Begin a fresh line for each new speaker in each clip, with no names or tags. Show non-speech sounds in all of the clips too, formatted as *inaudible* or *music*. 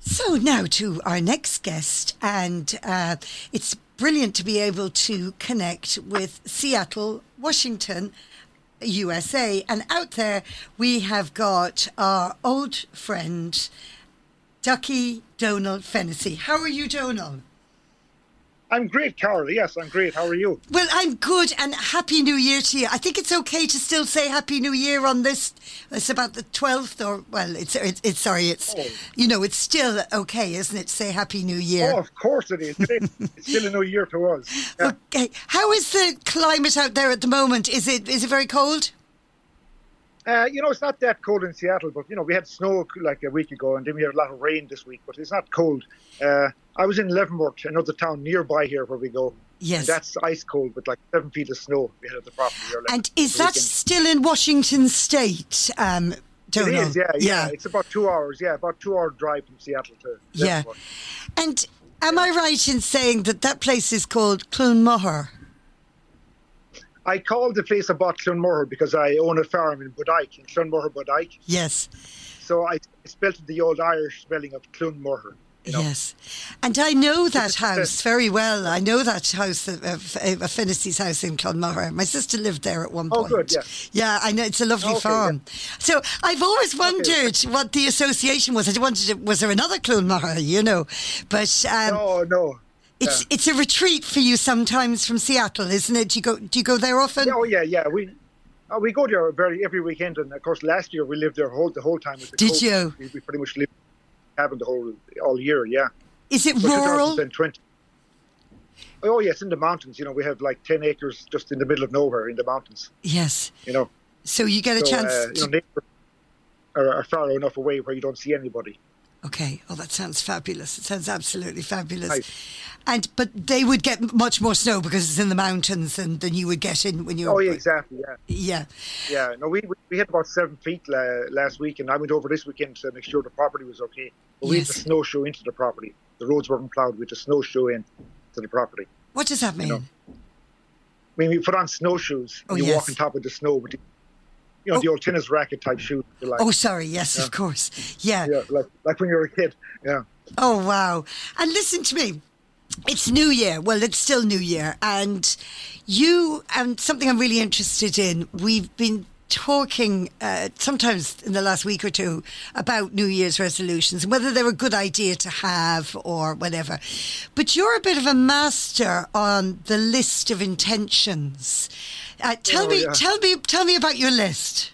So now to our next guest, and uh, it's brilliant to be able to connect with Seattle, Washington, USA, and out there we have got our old friend Ducky Donald Fennessy. How are you, Donald?
I'm great, Carol. Yes, I'm great. How are you?
Well, I'm good, and Happy New Year to you. I think it's okay to still say Happy New Year on this. It's about the twelfth, or well, it's it's, it's sorry, it's
Oh.
you know, it's still okay, isn't it? to Say Happy New Year.
Oh, of course it is. Today, it's still a new year to
*laughs*
us. Yeah.
Okay, how is the climate out there at the moment? Is it is it very cold?
Uh, you know, it's not that cold in Seattle, but you know, we had snow like a week ago, and then we had a lot of rain this week. But it's not cold. Uh, I was in Leavenworth, another town nearby here where we go.
Yes.
And that's ice cold, with like seven feet of snow. We had at the property here. like,
And
this
is that
weekend.
still in Washington State? Um,
It
Donald?
is, yeah, yeah, It's about two hours. Yeah, about two hour drive from Seattle to.
yeah.
Leavenworth.
And am I right in saying that that place is called Clonmohor?
I called the place about Clonmore because I own a farm in Budike, in Clonmore Budike.
Yes.
So I spelt it the old Irish spelling of Clonmore. You know?
Yes, and I know that
it's the-
house very well. I know that house, of of- of Affinitys House in Clonmara. My sister lived there at one
Oh,
point.
good, yeah.
Yeah, I know it's a lovely
Okay, yeah.
farm. So I've always wondered what the association was. I wondered if- was there another Clonmara, you know? But um,
No, no.
it's it's a retreat for you sometimes from Seattle, isn't it? Do you go do you go there often?
Yeah, oh yeah, yeah. We uh, we go there very every weekend, and of course last year we lived there whole the whole time. With the
Did
COVID.
you?
We, we pretty much lived cabin the whole all year. Yeah.
Is it
But
rural?
2020. Oh yes, in the mountains. You know, we have like ten acres just in the middle of nowhere in the mountains.
Yes.
You know,
So you get a
so
chance.
uh,
to,
you know, neighbor are, are far enough away where you don't see anybody.
Okay. Oh, that sounds fabulous. It sounds absolutely fabulous.
Right.
And but they would get m- much more snow because it's in the mountains than, than you would get in when you.
Oh yeah, exactly. Yeah,
Yeah.
yeah. No, we we- we had about seven feet la- last week, and I went over this weekend to make sure the property was okay. But we had
Yes.
to snowshoe into the property. The roads weren't plowed. We had to snowshoe in to the property.
What does that mean?
know. I mean, we put on snowshoes.
Oh,
and you
yes.
walk on top of the snow with, the, you know, the old tennis racket type shoes. you Like,
Oh, sorry. Yes, of course. Yeah.
yeah, like like when you were a kid. Yeah,
Oh, wow. And listen to me. It's New Year. Well, it's still New Year. And you, and something I'm really interested in, we've been talking uh, sometimes in the last week or two about New Year's resolutions and whether they're a good idea to have or whatever. But you're a bit of a master on the list of intentions. Uh, tell
Oh,
me,
yeah.
tell me, tell me about your list.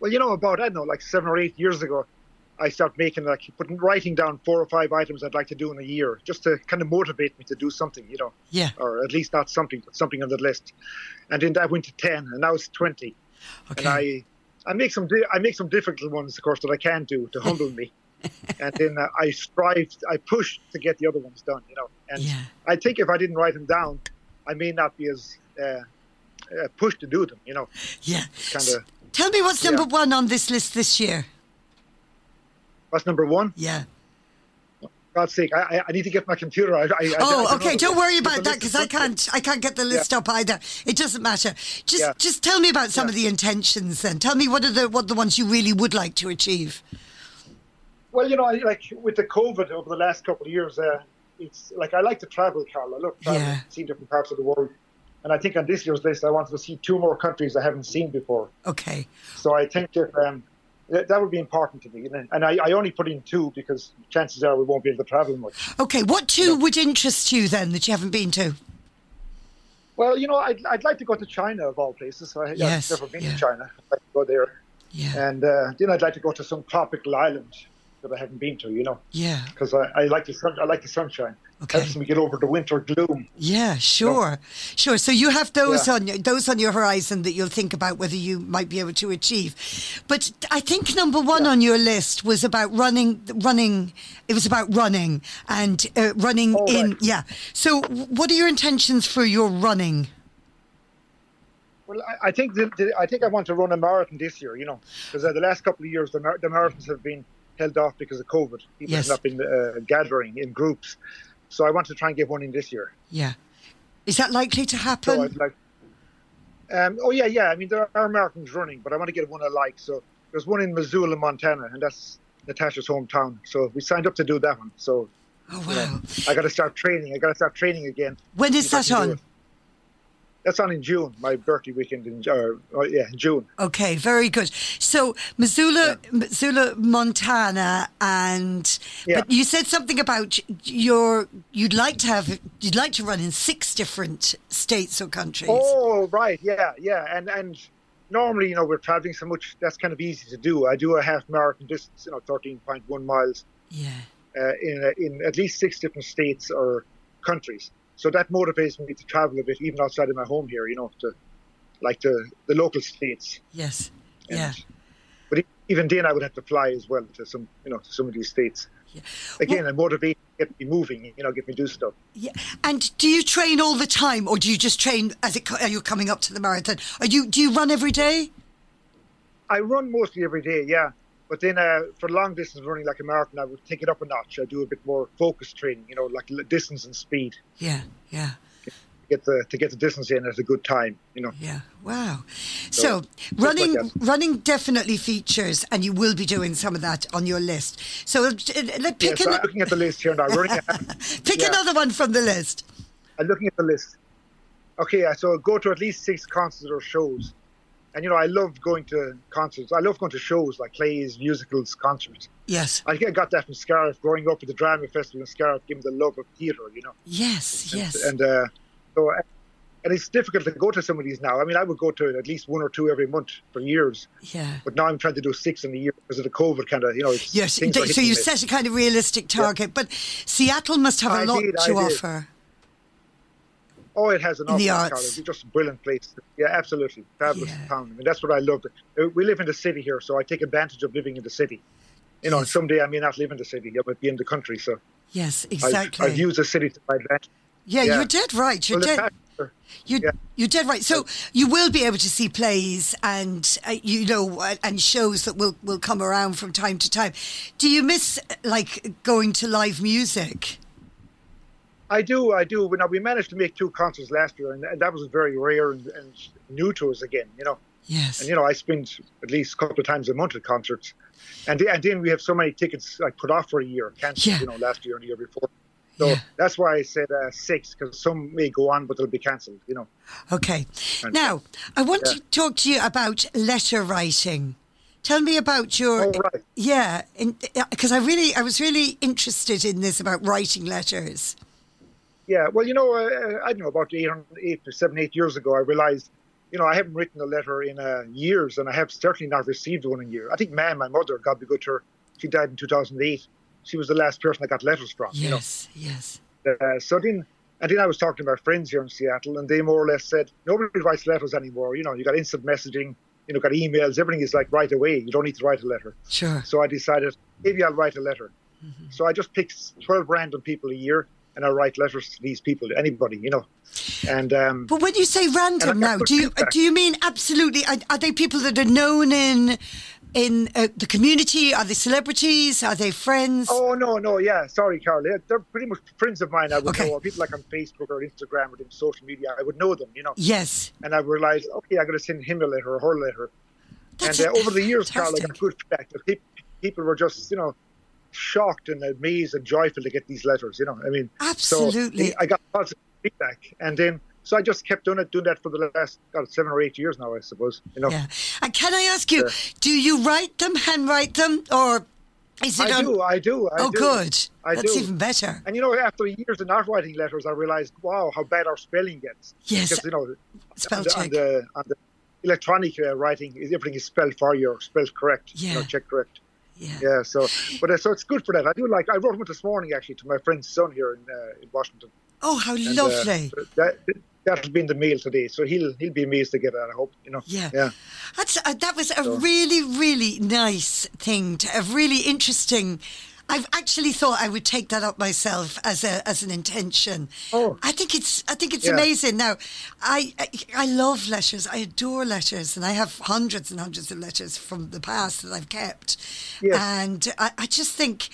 Well, you know, about I don't know, like seven or eight years ago, I started making like putting writing down four or five items I'd like to do in a year, just to kind of motivate me to do something. You know.
Yeah.
or at least not something, but something on the list. And then that went to ten, and now it's twenty.
Okay.
And I, I make some, di- I make some difficult ones, of course, that I can do to
*laughs*
humble me. and then uh, I strive, I push to get the other ones done, you know. And
Yeah.
I think if I didn't write them down, I may not be as uh, uh, pushed to do them, you know.
yeah.
Kind
S-
of.
tell me what's
yeah.
number one on this list this year.
That's number one.
Yeah.
God's sake, I, I- I need to get my computer. I, I, I- I
Oh,
know
okay.
the-
Don't worry
the
about
list
that
is
because I
something.
can't. I can't get the list up either. It doesn't matter. Just,
Yeah.
just tell me about some of the intentions then. Tell me what are the what the ones you really would like to achieve.
Well, you know, I, like with the COVID over the last couple of years, uh, it's like I like to travel, Carl. I love traveling,
Yeah.
see different parts of the world. And I think on this year's list, I wanted to see two more countries I haven't seen before.
Okay.
So I think that um, that, that would be important to me. And, and I, I only put in two because chances are we won't be able to travel much.
Okay. What two would interest you then that you haven't been to?
Well, you know, I'd, I'd like to go to China of all places. I,
Yes,
I've never been
yeah.
to China. I'd like to go there.
Yeah.
And uh, then I'd like to go to some tropical island that I haven't been to, you know,
Yeah.
because I, I like the sun, I like the sunshine.
Okay.
Helps me get over the winter gloom.
Yeah. Sure. Sure. So you have those
Yeah.
on your, those on your horizon that you'll think about whether you might be able to achieve. But I think number one on your list was about running. Running. It was about running and uh, running
Oh,
in.
right.
Yeah. So w- what are your intentions for your running?
Well, I, I think the, the, I think I want to run a marathon this year. You know, because uh, the last couple of years the, mar- the marathons have been held off because of COVID. People
Yes.
have not been uh, gathering in groups, so I want to try and get one in this year.
Yeah. Is that likely to happen?
So I'd like. Um, oh yeah, yeah. I mean, there are marathons running, but I want to get one I like. So there's one in Missoula, Montana, and that's Natasha's hometown. So we signed up to do that one. So
Oh, wow.
yeah, I got to start training. I got to start training again.
When is
See if
that
I can do
on?
it. That's on in June, my birthday weekend in or, oh, yeah, in June.
Okay, very good. So Missoula, Missoula, Montana, and
Yeah.
but you said something about your you'd like to have you'd like to run in six different states or countries.
Oh, right, yeah, yeah, and and normally, you know, we're traveling so much that's kind of easy to do. I do a half marathon distance, you know, thirteen point one miles
Yeah.
uh, in in at least six different states or countries. So that motivates me to travel a bit, even outside of my home here. You know, to like the the local states.
Yes.
And-
Yeah.
But e- even then, I would have to fly as well to some, you know, to some of these states.
Yeah.
Again, I motivate, get me moving, you know, get me do stuff.
Yeah. And do you train all the time, or do you just train as it co- are you coming up to the marathon? Are you do you run every day?
I run mostly every day, yeah. But then uh, for long distance running, like a marathon, I would take it up a notch. I do a bit more focus training, you know, like l- distance and speed,
Yeah. Yeah.
get the to get the distance in at a good time, you know.
Yeah. Wow. So,
So,
running
like that.
running definitely features, and you will be doing some of that on your list. So uh, let
Yeah,
pick
so
an-
I'm looking at the list here now.
*laughs*
Running, a *laughs* half-
Pick
Yeah.
another one from the list.
I'm looking at the list. Okay, yeah, so go to at least six concerts or shows. And you know, I love going to concerts. I love going to shows like plays, musicals, concerts.
Yes,
I think I got that from Scariff growing up at the drama festival in Scariff, gave me the love of theatre, you know.
yes, yes.
And uh, so, and it's difficult to go to some of these now. I mean, I would go to at least one or two every month for years,
yeah.
but now I'm trying to do six in a year because of the COVID kind of, you know. It's,
Yes,
things are
so
hitting
you
me.
set a kind of realistic target, but Seattle must have a
I
lot
did, I
to
did.
offer.
Oh, it has an
in the
awful
arts.
It's just a brilliant place. Yeah, absolutely. Fabulous
Yeah.
town. I mean, that's what I love. Uh, We live in the city here, so I take advantage of living in the city. You know,
Yes.
someday I may not live in the city. I might be in the country, so
Yes,
I've,
exactly.
I've used the city to my advantage.
yeah,
yeah.
you're dead right. You're
Well, the
dead.
fact-
You're,
yeah.
you're dead right. So you will be able to see plays and uh, you know uh, and shows that will will come around from time to time. Do you miss uh, like going to live music?
I do, I do. Now we managed to make two concerts last year, and, and that was very rare and, and new to us again. You know,
Yes.
and you know, I spend at least a couple of times a month at concerts, and the- and then we have so many tickets like put off for a year, canceled.
Yeah.
You know, last year and the year before. So
Yeah.
that's why I said uh, six, because some may go on, but they'll be cancelled. You know,
Okay. Now, I want to talk to you about letter writing. Tell me about your
Oh, right.
yeah, because I really I was really interested in this about writing letters.
yeah. Well, you know, uh, I don't know about eight, eight, seven, eight years ago, I realized, you know, I haven't written a letter in uh, years, and I have certainly not received one in years. I think, man, my mother, God be good to her, she died in 2008. She was the last person I got letters from. You know,
Yes, yes.
Uh, so then, and then I was talking to my friends here in Seattle, and they more or less said nobody writes letters anymore. You know, you got instant messaging, you know, got emails. Everything is like right away. You don't need to write a letter.
Sure.
So I decided maybe I'll write a letter. So I just pick twelve random people a year, and I write letters to these people, to anybody, you know. And um,
But when you say random
And I
now,
got good
do you
feedback.
do you mean absolutely? Are, are they people that are known in in uh, the community? Are they celebrities? Are they friends?
oh no, no, yeah, sorry, Carl. They're- They're pretty much friends of mine. I would
Okay.
know people like on Facebook or Instagram or in social media. I would know them, you know.
Yes,
And I realized, okay, I'm going to send him a letter or her letter.
that's
and uh, over the years, Carl, I got
fantastic.
good feedback. The peop People were just, you know, shocked and amazed and joyful to get these letters. You know, I mean,
Absolutely.
So I got positive feedback, and then so I just kept doing it, doing that for the last God, seven or eight years now, I suppose. You know,
Yeah. And can I ask you, do you write them, handwrite them, or is it
I
on?
do, I do, I
oh,
do.
good.
I
That's
do.
even better.
And you know, after years of not writing letters, I realized, wow, how bad our spelling gets.
Yes.
because you know,
Spell
on the, on
check.
the, on the electronic uh, writing, everything is spelled for you, or spelled correct, you know,
Yeah.
check correct.
yeah.
Yeah, so but uh, so it's good for that. I do like. I wrote one this morning actually to my friend's son here in, uh, in Washington.
Oh, how
And, uh,
lovely.
that that'll be in the mail today, so he'll he'll be amazed to get that. I hope you know.
Yeah.
yeah,
That's, uh, that was a really, really nice thing, to, a really interesting. I've actually thought I would take that up myself as a as an intention.
Oh.
I think it's I think it's
Yeah.
amazing. Now, I, I I love letters. I adore letters, and I have hundreds and hundreds of letters from the past that I've kept.
Yes.
And I, I just think,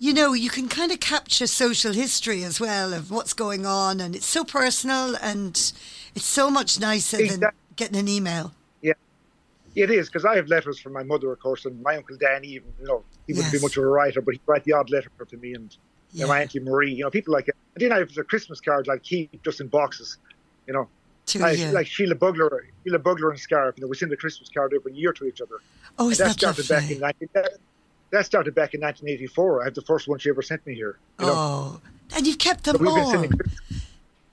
you know, you can kind of capture social history as well of what's going on, and it's so personal, and it's so much nicer than
Exact-
getting an email.
It is because I have letters from my mother, of course, and my uncle Dan. Even you know, he wouldn't
Yes.
be much of a writer, but he'd write the odd letter to me, and you know, my
Yeah.
auntie Marie. You know, people like it. And then I have the Christmas cards like keep just in boxes. You know,
To
I,
you.
like Sheila Bugler, Sheila Bugler and Scarf. You know, we send the Christmas card every year to each other.
oh, is
that
that
started back
lovely?
in 19, that, that started back in 1984. I have the first one she ever sent me here. You know,
oh, and you've kept them
we've been
all.
sending. Christ-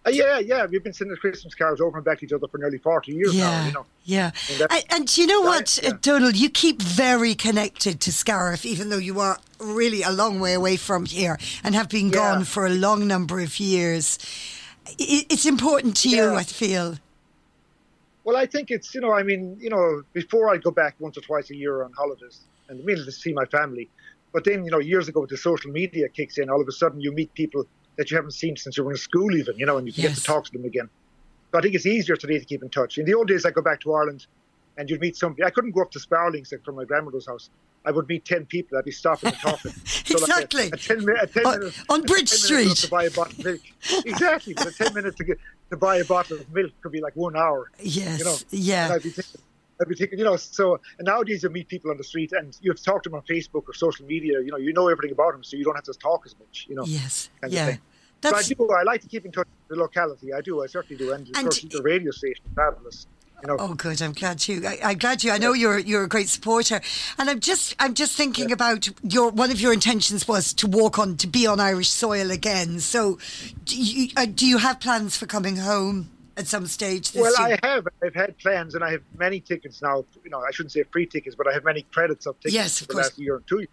Uh, yeah, yeah, we've been sending Christmas cards over and back to each other for nearly 40 years now.
Yeah,
You know,
yeah.
And that's-
And, and you know
Yeah,
what,
yeah.
Donald? You keep very connected to Scariff, even though you are really a long way away from here and have been
Yeah.
gone for a long number of years. I it's important to you,
Yeah.
I feel.
Well, I think it's you know, I mean, you know, before I'd go back once or twice a year on holidays and mainly to see my family, but then you know, years ago, the social media kicks in. All of a sudden, you meet people that you haven't seen since you were in school, even you know, and you can get
Yes.
to talk to them again. So I think it's easier today to keep in touch. In the old days, I would go back to Ireland, and you'd meet somebody. I couldn't go up to Spowling's like, from my grandmother's house. I would meet ten people. I'd be stopping
*laughs*
and talking.
Exactly.
Like a, a ten, mi- a 10
On-
minute-
on
a
Bridge
10
Street.
minute to buy a bottle of milk. exactly, but a ten minutes to get to buy a bottle of milk could be like one hour.
Yes,
You know,
yeah.
And I'd be thinking, I'd be thinking, you know, so and nowadays you meet people on the street and you've talked to them on Facebook or social media, you know, you know everything about them, so you don't have to talk as much, you know.
yes,
kind of
yeah.
thing. but I do, I like to keep in touch with the locality. I do, I certainly do. And, of
And-
course, the radio station, fabulous. You know,
Oh, good. I'm glad you. I, I'm glad you. I know you're you're a great supporter, and I'm just I'm just thinking about your one of your intentions was to walk on to be on Irish soil again. So, do you uh, do you have plans for coming home at some stage this
well,
year?
I have. I've had plans and I have many tickets now. You know, I shouldn't say free tickets, but I have many credits of tickets
Yes,
for
of
the
course.
last year and two years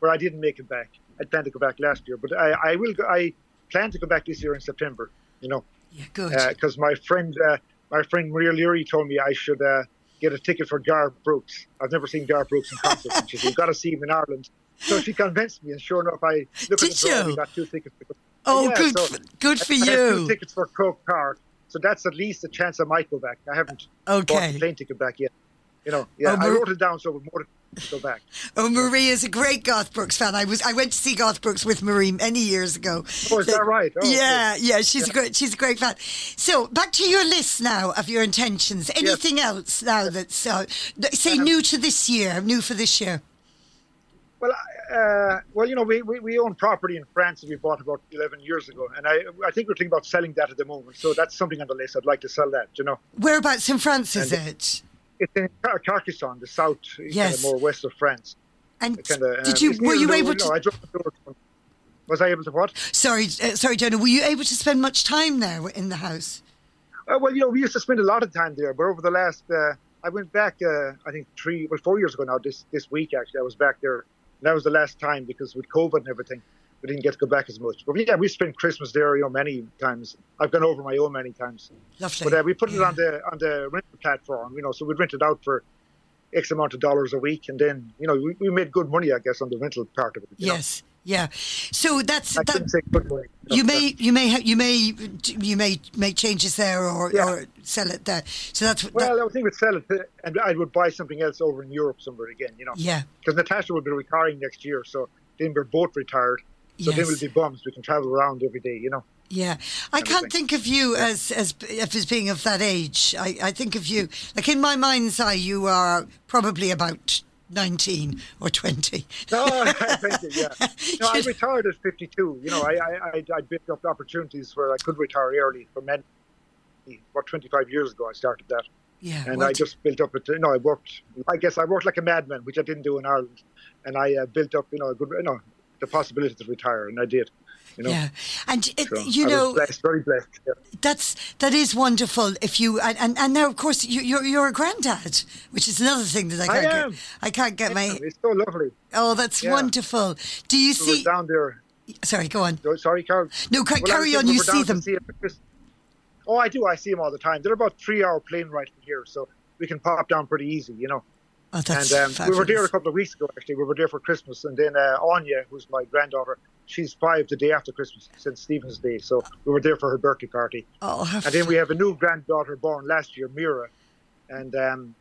where I didn't make it back. I planned to go back last year, but I, I will, go, I plan to go back this year in September, you know.
yeah, good.
because Uh, my friend uh, my friend Maria Leary told me I should uh, get a ticket for Gar Brooks. I've never seen Gar Brooks in concert, and she said you've got to see him in Ireland. So she convinced me, and sure enough, I look
Did
at the draw,
you?
we got two tickets. For,
oh,
yeah,
good.
so
f- good for
I have two
you.
tickets for Croke Park, so that's at least a chance I might go back. I haven't bought
Okay.
the plane ticket back yet. You know, yeah,
Oh,
I
Mar-
wrote it down so we're more to go back.
Oh, Marie is a great Garth Brooks fan. I was I went to see Garth Brooks with Marie many years ago.
Oh, is that right? Oh, okay.
yeah, yeah, she's a great she's a great fan. So back to your list now of your intentions. Anything else now that's uh, th- say
Uh-huh.
new to this year, new for this year?
Well, I- uh, well, you know, we, we, we own property in France that we bought about 11 years ago, and I I think we're thinking about selling that at the moment. So that's something on the list. I'd like to sell that. You know,
Whereabouts in France is
uh,
it?
it's in Car- Carcassonne, the south, uh, kind
Yes.
of more west of France.
And
Kind of.
did you were you able to?
uh, No, I dropped the door. to- Was I able to what?
Sorry, uh, sorry, Jonah. Were you able to spend much time there in the house?
Uh, well, you know, we used to spend a lot of time there, but over the last, uh, I went back, uh, I think three, well, four years ago now. This this week actually, I was back there. And that was the last time because with COVID and everything, we didn't get to go back as much. But yeah, we spent Christmas there, you know, many times. I've gone over my own many times.
Lovely.
But uh, we put it
Yeah.
on the on the rental platform, you know, so we'd rent it out for X amount of dollars a week, and then you know we, we made good money, I guess, on the rental part of it. you know.
Yes. Yeah. So that's
I
that.
shouldn't say good money.
You
know,
may, you may, ha- you may, you may make changes there or,
Yeah.
or sell it there. So that's what.
Well, I would think we'd sell it, uh, and I would buy something else over in Europe somewhere again, you know.
yeah.
Because Natasha will be retiring next year, so then we're both retired. So then
Yes.
we'll be bums. We can travel around every day,
*laughs*
you know.
Yeah, I can't think of you as as as being of that age. I, I think of you like in my mind's eye, you are probably about nineteen or twenty.
No, thank you.
*laughs*
Yeah, no, I retired at 52. You know, I I I, I built up opportunities where I could retire early for men. About 25 years ago, I started that,
Yeah,
and
well,
I just built up. It, you know, I worked. I guess I worked like a madman, which I didn't do in Ireland, and I uh, built up. You know, a good. You know, the possibility to retire, and I did. You know,
yeah, and it,
so
you
I
know
was blessed, very blessed. yeah.
that's that is wonderful. If you and and, and now of course you, you're you're a granddad, which is another thing that I
I
can't
am.
get. I can't get my
It's so lovely.
oh, that's
Yeah.
wonderful. Do you
We
see?
were down there.
Sorry, go on.
oh, Sorry, Carol.
No, ca-
Well, I
carry
was-
on.
we
You
were down
see
to
them.
see it because- Oh, I do. I see them all the time. They're about three-hour plane ride from here, so we can pop down pretty easy, you know.
Oh, that's
and um, we were there a
fabulous.
couple of weeks ago, actually. We were there for Christmas, and then uh, Anya, who's my granddaughter, she's five the day after Christmas, since Stephen's Day. So we were there for her birthday party,
Oh, how
and then we have a new granddaughter born last year, Mira, and um,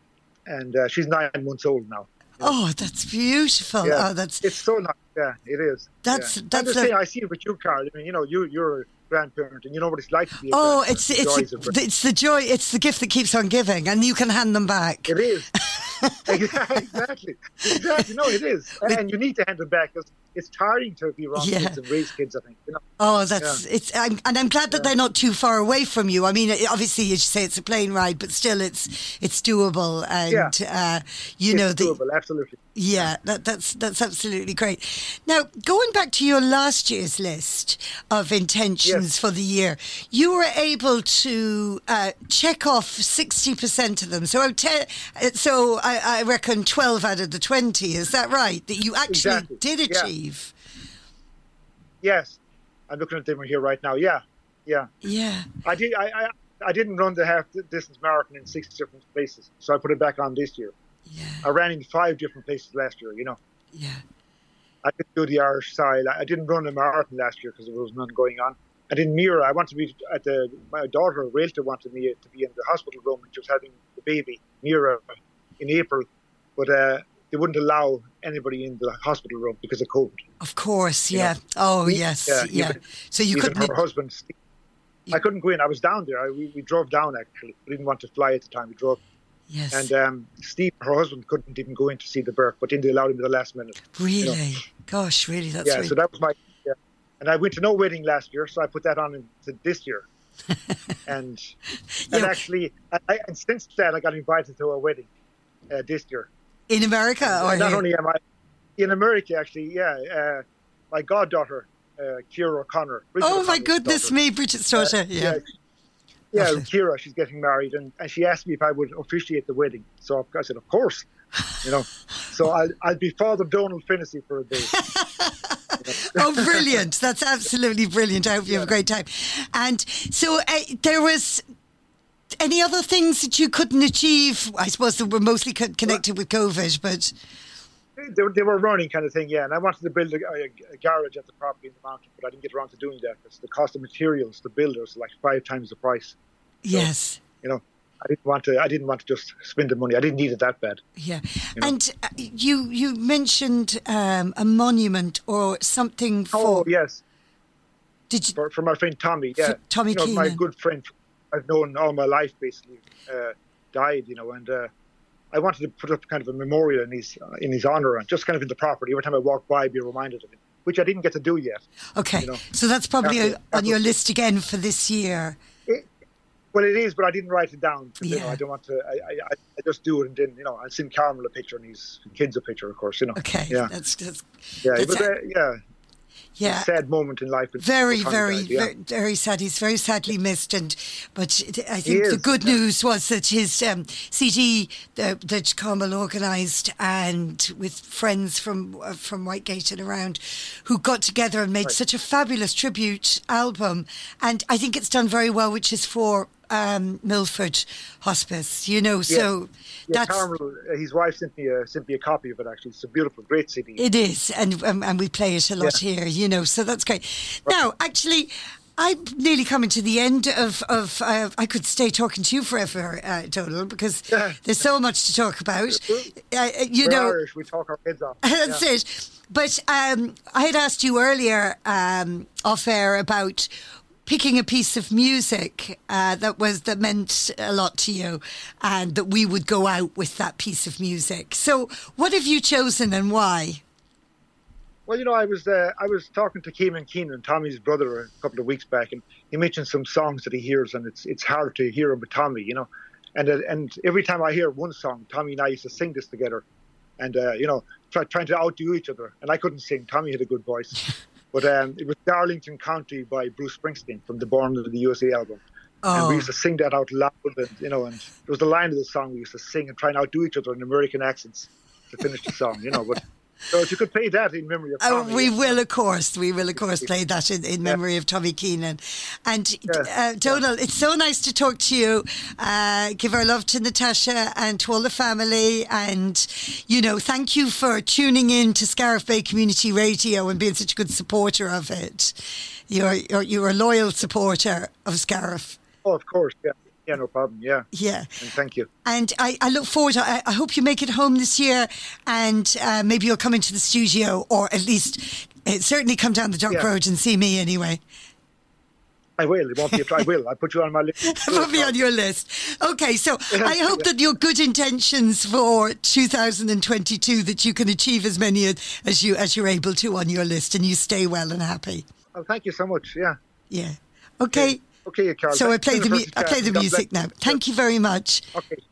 and uh, she's nine months old now.
Oh, that's beautiful.
Yeah.
Oh, that's
It's so nice. Yeah, it is.
That's-
yeah.
that's
And the
a-
thing I see with you, Carl. I mean, you know, you you're grandparent, and you know what it's like to be. A
Oh,
grandparent,
it's
the
it's
joys of
the, it's the joy, it's the gift that keeps on giving, and you can hand them back. *laughs*
It is. *laughs* exactly. Exactly. No, it is. And you need to hand them back because it's tiring to be around
Yeah.
kids and raise kids, I think. You know?
Oh, that's it's, I'm, and I'm glad that they're not too far away from you. I mean, it, obviously, as you say, it's a plane ride, but still, it's it's doable, and uh, you know,
it's
the,
doable, absolutely.
yeah, that, that's that's absolutely great. Now, going back to your last year's list of intentions
Yes.
for the year, you were able to uh, check off sixty percent of them. So, I te- uh, so I, I reckon twelve out of the twenty. Is that right? That you actually
Exactly,
did
yeah.
achieve.
Yes. I'm looking at them here right now. Yeah. Yeah.
Yeah.
I did. I, I, I didn't run the half distance marathon in six different places, so I put it back on this year.
Yeah.
I ran in five different places last year. You know,
Yeah.
I didn't do the Irish side. I didn't run a marathon last year because there was none going on. I didn't mirror. I wanted to be at the. My daughter Railta wanted me to be in the hospital room when she was having the baby Mira in April, but uh, they wouldn't allow anybody in the hospital room because of COVID.
Of course,
You
yeah. Oh, yes, yeah.
yeah, even-
so you
Even
couldn't.
her husband. Steve- I couldn't go in. I was down there. I, we, we drove down actually. We didn't want to fly at the time. We drove
yes,
And um, Steve, her husband, couldn't even go in to see the birth, but then they allowed him at the last minute.
really. Gosh, really. That's
yeah,
really,
so that was my. Yeah. And I went to no wedding last year, so I put that on into
*laughs*
this year. and and
Yeah.
actually, I, I, and since that, I got invited to a wedding uh, this year.
in America or
And uh, not
here?
only am I in America, actually, yeah, uh, my goddaughter, uh, Kira O'Connor. Bridget
oh my
O'Connor's
goodness
daughter,
me,
Uh,
Bridget's daughter. yeah.
Yeah,
Lovely.
Kira, she's getting married, and, and she asked me if I would officiate the wedding. So I said, of course, you
*laughs*
know. So I'll, I'll be Father Donald Finnessy for a day.
oh, brilliant! That's absolutely brilliant. I hope you have a great time. And so uh, there was. Any other things that you couldn't achieve? I suppose that were mostly co- connected with COVID, but
they, were- they were running kind of thing, yeah. And I wanted to build a, a, a garage at the property in the mountain, but I didn't get around to doing that because the cost of materials to build was like five times the price.
yes,
You know, I didn't want to. I didn't want to just spend the money. I didn't need it that bad.
yeah. And uh, you you mentioned um, a monument or something for.
Oh yes,
Did you?
for, from my friend Tommy. Yeah,
For Tommy
you know, my
Keenan.
good friend I've known all my life basically uh, died, you know, and uh, I wanted to put up kind of a memorial in his in his honor and just kind of in the property. Every time I walk by, I'd be reminded of him, which I didn't get to do yet.
Okay,
you know.
so that's probably
After-
uh, on your list again for this year.
Well, it is, but I didn't write it down. 'cause, You know,
Yeah.
I don't want to. I, I, I- I just do it and then you know I send Carmel a picture and his kids a picture, of course. You know.
Okay,
Yeah.
that's, that's
yeah. It
that's-
was, uh, yeah.
yeah,
Sad moment in life. with-
very,
with Tommy
very,
died, yeah.
very, very sad. He's very sadly missed, and but it- I
He
think the
is,
good
yeah.
news was that his um, CD uh, that Carmel organised and with friends from uh, from Whitegate and around, who got together and made such a fabulous tribute album, and I think it's done very well, which is for. Um, Milford Hospice, you know, so
Yeah,
that's
Carmel, uh, his wife sent me a sent me a copy of it. Actually, it's a beautiful, great CD.
It is, and um, and we play it a lot here, you know. So that's great. Now, actually, I'm nearly coming to the end of of. Uh, I could stay talking to you forever, uh, Donal, because
Yeah.
there's so much to talk about. Uh, you
We're
know,
Irish, we talk our heads off.
*laughs* that's it. But um, I had asked you earlier um, off air about picking a piece of music uh, that was that meant a lot to you, and that we would go out with that piece of music. So, what have you chosen and why?
Well, you know, I was uh, I was talking to Keeman Keenan, Tommy's brother, a couple of weeks back, and he mentioned some songs that he hears, and it's it's hard to hear him with Tommy, you know, and uh, and every time I hear one song, Tommy and I used to sing this together, and uh, you know, try, trying to outdo each other, and I couldn't sing. Tommy had a good voice, but um, it was "Darlington County" by Bruce Springsteen from the Born of the USA album. And we used to sing that out loud, and you know, and it was the line of the song we used to sing and try and outdo each other in American accents to finish the song, you know.
*laughs*
But so if you could play that in memory of
Oh,
Tommy,
we
yeah.
will, of course. We will, of course, play that in, in memory of Tommy Keenan. And uh, Donald, it's so nice to talk to you. Uh, give our love to Natasha and to all the family. And, you know, thank you for tuning in to Scariff Bay Community Radio and being such a good supporter of it. You're, you're, you're a loyal supporter of Scariff.
Oh, of course. Yeah. Yeah, no problem. Yeah.
Yeah.
And thank you.
And I, I look forward. to- I, I hope you make it home this year, and uh, maybe you'll come into the studio, or at least uh, certainly come eh, down the dock *laughs*
Yeah.
road and see me anyway.
I will. It won't be. A, I will. I put you on
*laughs*
my list.
Put me on your list. Okay, so
*laughs*
I hope that your good intentions for 2022 that you can achieve as many as you as you're able to on your list, and you stay well and happy.
Oh, thank you so much. Yeah.
Yeah. Okay.
Okay, Carol.
So I
Thank
play the
you very
mu-
much,
I play
Carol.
the
God
music
bless.
now. Thank you very much.
Okay.